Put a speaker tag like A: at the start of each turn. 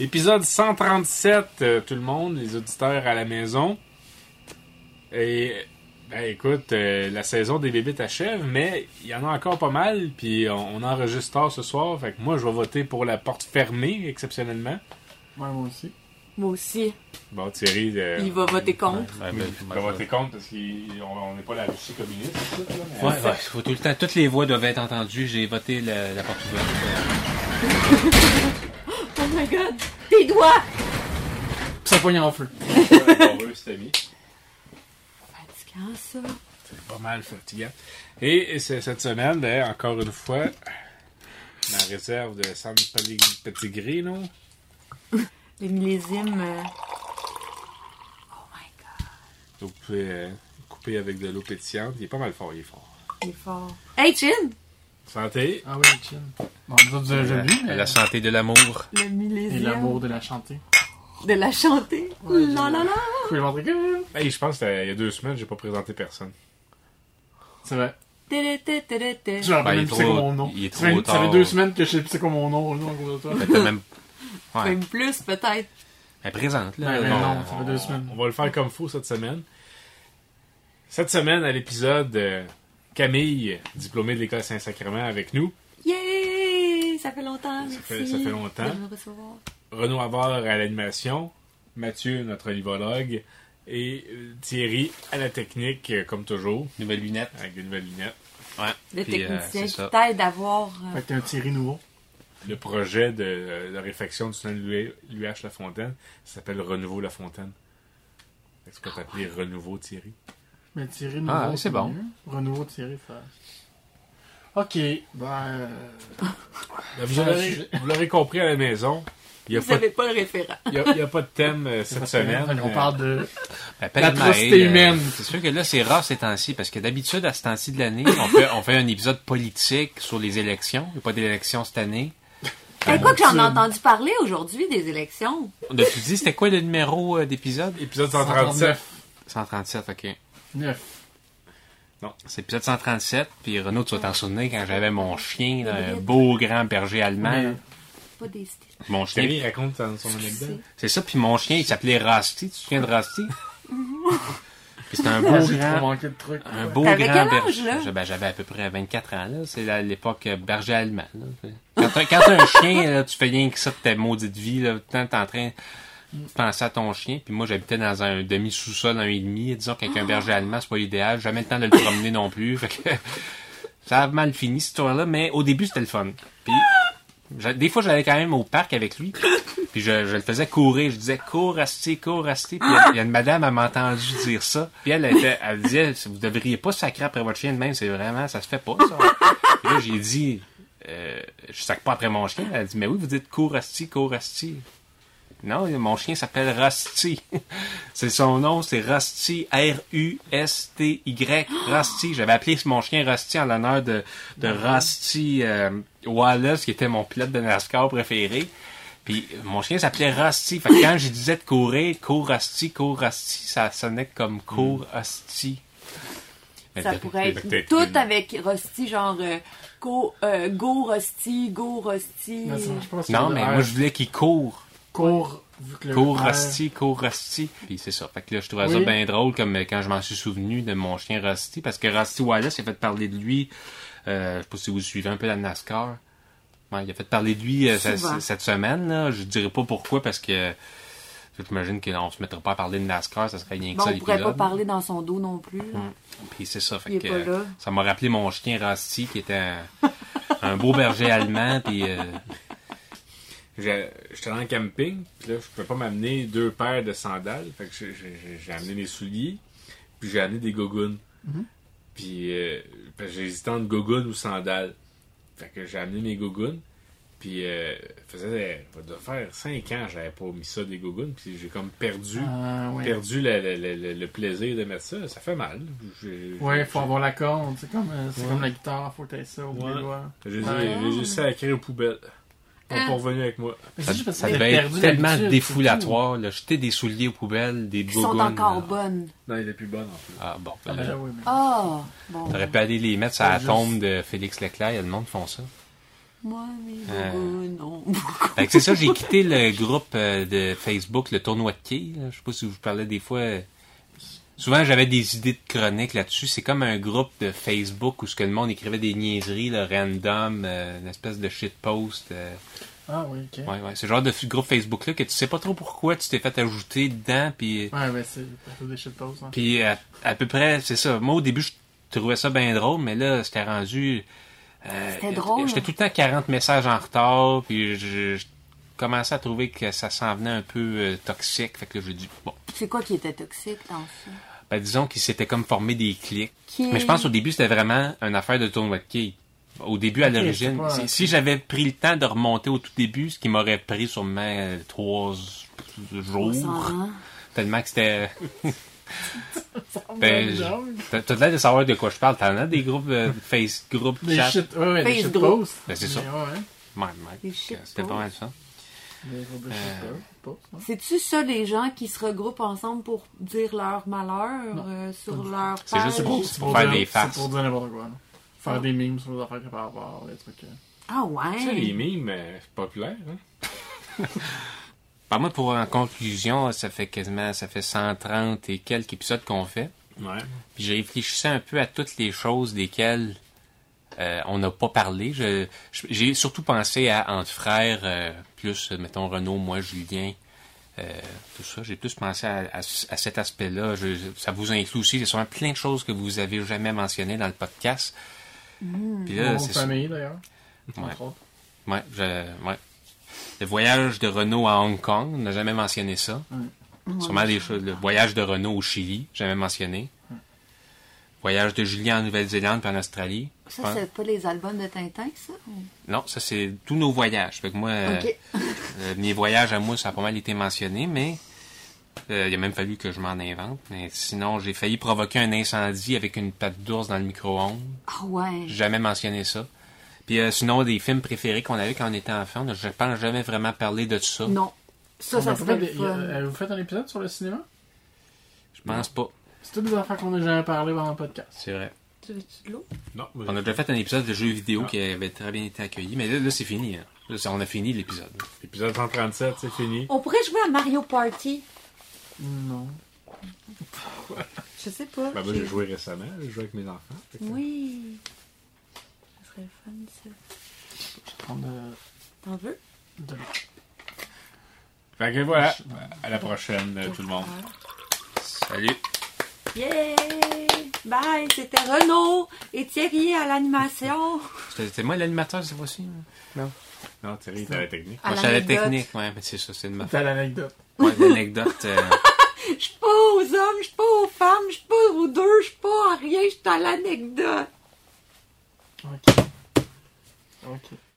A: Épisode 137, euh, tout le monde, les auditeurs à la maison. Et ben, écoute, euh, la saison des bébés t'achève, mais il y en a encore pas mal, puis on, on enregistre tard ce soir. Fait que moi, je vais voter pour la porte fermée, exceptionnellement.
B: Ouais, moi aussi.
C: Moi aussi.
A: Bon, Thierry. euh,
C: Il va voter contre.
D: Ah,
A: oui, il va voter contre parce qu'on n'est pas la Russie communiste. tout ça, là, mais-
D: Ouais, ouais, faut tout le temps, toutes les voix doivent être entendues. J'ai voté la, la porte ouverte. Euh,
C: Oh my god! Tes doigts!
B: Puis ça pogne en feu.
A: Ouais, bon, eux, c'était mis.
C: Fatigant, ça.
A: pas mal fatigant. Et c'est cette semaine, ben, encore une fois, ma réserve de San Pali- Petit Gris, non?
C: Les millésimes. euh, Oh my god,
A: Vous pouvez euh, couper avec de l'eau pétillante. Il est pas mal fort, il est fort.
C: il est fort. Hey, Chin!
A: Santé!
B: Ah oui, chill. Bon, nous autres, euh, je l'ai,
D: la,
B: mais...
D: la santé de l'amour.
C: Le millésime.
B: Et l'amour de la chanter.
C: de la chanter.
B: Ouais,
C: la la la!
B: Vous pouvez le montrer que...
A: Hey, je pense qu'il y a deux semaines, j'ai pas présenté personne.
B: C'est vrai.
C: Télé, télé, télé, télé.
B: Je me rappelle
D: Ben, il est
B: même plus c'est quoi
D: trop-
B: mon nom.
D: il est
B: Ça fait-
D: trop
B: Ça fait
D: tard.
B: deux semaines que je sais plus c'est quoi mon nom. là, à cause de toi.
D: Mais t'as même. Ouais.
C: Même plus, peut-être.
D: Elle présente, là.
B: Ben, ben,
D: Bon,
B: non, ça fait deux semaines.
A: On va le faire comme faut cette semaine. Cette semaine, à l'épisode, euh, Camille, diplômée de l'École Saint-Sacrement, avec nous.
C: Yay! Ça fait longtemps.
A: Ça fait-
C: merci
A: ça fait longtemps.
C: de me recevoir.
A: Renaud Havard à l'animation, Mathieu, notre olivologue, et euh, Thierry à la technique, euh, comme toujours,
D: Nouvelle lunette.
A: avec des nouvelles lunettes.
D: Ouais.
C: Le
D: Puis, euh,
C: technicien
D: c'est
C: qui
D: ça.
C: t'aide à voir. euh,
B: Fait que t'as un Thierry nouveau.
A: Le projet de euh, la réfection du tunnel l'UH La Fontaine ça s'appelle Renouveau La Fontaine. Fait que Tu peux t'appeler Renouveau Thierry.
B: Mais Thierry nouveau,
D: Ah, c'est bon.
B: mieux. Renouveau Thierry, ça... Ok, ben... euh,
A: Vous l'aurez- vous l'aurez compris à la maison, il n'y a,
C: Vous
A: pas de-
C: n'avez pas le référent.
A: il y a- il y a pas de thème euh, cette semaine.
B: On
A: Euh,
B: parle de...
D: Appelle
B: L'atrocité
D: Maëlle, euh,
B: humaine.
D: C'est sûr que là, c'est rare ces temps-ci, parce que d'habitude, à ce temps-ci de l'année, on fait, on fait un épisode politique sur les élections. Il n'y a pas d'élections cette année.
C: Et quoi que j'en ai entendu parler aujourd'hui des élections?
D: On a tout dit, c'était quoi le numéro euh, d'épisode?
A: épisode 137.
D: 137, ok.
B: 9.
D: C'est épisode 137, puis Renaud, tu vas t'en souvenir quand j'avais mon chien, là, un beau grand berger allemand. là.
C: Pas des styles.
D: Mon chien
A: Thierry raconte son son anecdote.
D: C'est ça, puis mon chien, il s'appelait Rusty. Tu te souviens de Rusty? Puis c'était un beau
B: Ah, J'ai trop
D: grand...
B: manqué de trucs.
D: Un beau
C: T'avais
D: grand
C: quel âge,
D: berger.
C: là?
D: Je- ben, J'avais à peu près 24 ans. là. C'est à l'époque euh, berger allemand. là. Quand t'as quand t'as un chien, là, tu fais rien que ça de ta maudite vie. Là. Tant t'es en train de penser à ton chien. Puis moi, j'habitais dans un demi-sous-sol, un et demi. Disons qu'avec un berger allemand, c'est pas idéal. Jamais le temps de le promener non plus. Fait que ça a mal fini, cette histoire-là. Mais au début, c'était le fun. Puis j'a- des fois, j'allais quand même au parc avec lui. Puis je, je le faisais courir. Je disais cours, Asti, cours, Asti. Puis il y a- il y, a une madame, elle m'a entendu dire ça. Puis elle, elle, était- elle disait, vous devriez pas sacrer après votre chien de même. C'est vraiment, ça se fait pas, ça. Puis là, j'ai dit, euh, je sacre pas après mon chien. Elle a dit, mais oui, vous dites cours, Asti, cours, Asti. Non, mon chien s'appelle Rusty. c'est son nom, c'est Rusty, R-U-S-T-Y, Rusty. J'avais appelé mon chien Rusty en l'honneur de, de
C: Mm-hmm.
D: Rusty euh, Wallace, qui était mon pilote de NASCAR préféré. Puis euh, mon chien s'appelait Rusty. Fait que quand je disais de courir, cours Rusty, cours Rusty, ça sonnait comme cours Rusty. Mais
C: Mm. Ça
D: Ben, t'as-
C: pourrait
A: t'as- t'as-
C: être tout avec Rusty, genre euh, go, euh, go Rusty, go Rusty.
B: Non, ça marche pas, parce
D: Non,
B: que
D: mais
B: le
D: moi
B: R
D: je voulais qu'il court.
B: Court, vu que le
D: Cours
B: R-
D: Rusty, cours Rusty. Puis c'est ça. Fait que là, je trouvais ça
B: Oui.
D: bien drôle comme euh, quand je m'en suis souvenu de mon chien Rusty. Parce que Rusty Wallace, il a fait parler de lui. Euh, je sais pas si vous suivez un peu la NASCAR. Ouais, il a fait parler de lui euh, ce-
C: Souvent.
D: cette semaine. Là. Je dirais pas pourquoi parce que j'imagine qu'on se mettra pas à parler de NASCAR. Ça serait rien que
C: Bon,
D: ça
C: on pourrait pas
D: l'épisode.
C: parler dans son dos non plus. là.
D: Puis c'est ça. Hmm. Fait
C: Il est
D: que,
C: pas là.
D: euh, ça m'a rappelé mon chien Rusty qui était un, un beau berger allemand. Puis euh,
A: J'ai- J'étais dans le camping, puis là, je pouvais pas m'amener deux paires de sandales. Fait que j'ai- j'ai j'ai amené mes souliers, puis j'ai amené des gogounes. Puis euh, parce que j'ai hésité entre gogounes ou sandales. Fait que j'ai amené mes gogounes, puis euh, faisait, ça doit faire cinq ans, j'avais pas mis ça des gogounes, puis j'ai comme perdu.
B: Ah, ouais.
A: Perdu la- la- la- la- le plaisir de mettre ça, ça fait mal. J'ai-
B: Ouais,
A: j'ai-
B: faut avoir la corde. C'est comme, euh, c'est comme la guitare, faut que t'aies ça au bout
A: Ouais.
B: des doigts.
A: J'ai
B: Ouais.
A: j'ai juste sacré aux poubelles. Ils sont
C: Ah.
A: pas revenus avec moi.
B: Mais
D: ça,
B: c'est juste parce que
D: ça
B: t'as
D: devait être
B: perdu
D: tellement
B: l'habitude,
D: défoulatoire. Là, jeter des souliers aux poubelles, des
C: Qui sont
D: gogoons, là.
C: encore bonnes.
A: Non, il est plus bon en plus.
D: Ah bon,
B: c'est tout.
D: ben,
B: Ah, oui, mais-
C: Ah! bon.
D: t'aurais pu aller les mettre sur la
B: Juste-
D: tombe de Félix Leclerc, il y a le monde qui font ça.
C: Moi, mes
D: Euh.
C: gogos, non.
D: Fait que c'est ça, j'ai quitté le groupe euh, de Facebook, le tournoi de quilles. là. Je sais pas si je vous parlais des fois. euh, Souvent, j'avais des idées de chroniques là-dessus. C'est comme un groupe de Facebook où ce que le monde écrivait des niaiseries, là, random, euh, une espèce de shitpost. euh,
B: Ah oui, ok.
D: ouais, ouais. Ce genre de f- groupe Facebook-là que tu sais pas trop pourquoi tu t'es fait ajouter dedans, puis...
B: Ouais, mais c'est c'est des shitposts. Hein.
D: Puis à, à peu près, c'est ça. Moi, au début, je trouvais ça bien drôle, mais là, c'était rendu. euh,
C: C'était drôle.
D: J'étais tout le temps 40 messages en retard, puis je, je commençais à trouver que ça s'en venait un peu euh, toxique. Fait que là, j'ai dit, bon.
C: C'est quoi qui était toxique dans ça?
D: Ben, disons qu'il s'était comme formé des clics.
C: Qui-
D: Mais je
B: Mm.
D: pense au début, c'était vraiment une affaire de tournoi de quilles. Au début, à
B: Ok,
D: l'origine,
B: c'est pas-
D: si, si j'avais pris le temps de remonter au tout début, ce qui m'aurait pris sûrement euh,
C: On
D: trois
C: s'en
D: jours,
C: rend.
D: tellement que c'était...
B: Ouais,
D: Ben, je-
B: genre,
D: T'as t'as l'air de savoir de quoi je parle. T'en as des groupes euh, face group
B: Des
D: chat.
B: shit, ouais, ouais, des
C: Face
B: shitposts.
D: Ben, c'est
B: Mais
D: ça.
B: Ouais, ouais.
D: Ouais, ouais.
C: Des shit
D: C'était pas mal ça.
B: Des
D: Euh,
B: hein. groupes de shitposts. ouais.
C: C'est-tu ça, les gens qui se regroupent ensemble pour dire leur malheur
B: Non.
C: euh, sur leur
D: C'est
C: page?
D: juste pour-
B: C'est
D: faire
B: dire-
D: des farces.
B: C'est pour dire n'importe quoi. non. Faire des memes sur les affaires qui par rapport, des trucs. euh.
C: Ah
A: Tu sais, les
C: ouais!
A: mimes, euh, c'est populaire, hein?
D: Par moi, pour en conclusion, ça fait quasiment ça fait 130 et quelques épisodes qu'on fait.
A: Ouais.
D: Puis j'ai réfléchissais un peu à toutes les choses desquelles euh, on n'a pas parlé. Je- je- J'ai surtout pensé à entre frères, euh, plus, euh, mettons, Renaud, moi, Julien, euh, tout ça. J'ai plus pensé à, à- à cet aspect-là. Je- je- Ça vous inclut aussi. Il y a sûrement plein de choses que vous avez jamais mentionnées dans le podcast. Puis là,
B: Mon
D: c'est Mmh. ça.
B: famille, d'ailleurs.
D: Ouais.
B: Entre autres.
D: Ouais, je, ouais. Le voyage de Renault à Hong Kong, on n'a jamais mentionné ça. Sûrement les choses. Le voyage de Renault au Chili, jamais mentionné. Voyage de Julien en Nouvelle-Zélande puis en Australie. je
C: Ça,
D: pense.
C: c'est pas les albums de Tintin, ça?
D: Non, ça c'est tous nos voyages. Fait que moi, euh,
C: Ok.
D: euh, mes voyages à moi, ça a pas mal été mentionné, mais euh, il a même fallu que je m'en invente. Mais sinon, j'ai failli provoquer un incendie avec une patte d'ours dans le micro-ondes.
C: Ah ouais!
D: J'ai jamais mentionné ça. Puis euh, sinon, des films préférés qu'on avait quand on était enfant, je pense jamais vraiment parlé de ça.
C: Non. Ça,
B: On a
C: ça
B: pas
C: serait le
B: fait des-
C: fun.
B: euh, Vous faites un épisode sur le cinéma?
D: Je pense pas.
B: C'est toutes des affaires qu'on n'a jamais parlé pendant le podcast.
D: C'est vrai.
C: Tu veux-tu de l'eau?
A: Non, moi,
D: On a déjà fait un épisode de jeux vidéo qui avait très bien été accueilli, mais là, là, c'est fini. hein. Là, c'est- on a fini l'épisode.
A: épisode 137, c'est fini.
C: On pourrait jouer à Mario Party.
B: Non.
C: Je sais pas.
A: Ben, moi,
C: J'ai-
A: j'ai joué récemment, j'ai joué avec mes enfants. Fait que-
C: Oui. Ça serait le fun, ça.
B: On a-
C: T'en veux?
B: de-
A: Fait que voilà, à la prochaine, euh, tout le monde.
D: Salut!
C: Ah. Yeah! Bye! C'était Renaud et Thierry à l'animation.
D: C'était c'était moi l'animateur cette fois-ci? hein?
A: Non, Thierry, t'as la technique.
C: À
D: Moi, j'étais à la
C: l'anecdote.
D: technique, ouais, mais c'est ça, c'est de ma faute.
B: T'as l'anecdote.
D: Ouais, l'anecdote. euh,
C: Je suis pas aux hommes, je suis pas aux femmes, je suis pas aux deux, je suis pas à rien, je suis à l'anecdote.
B: Ok. Ok.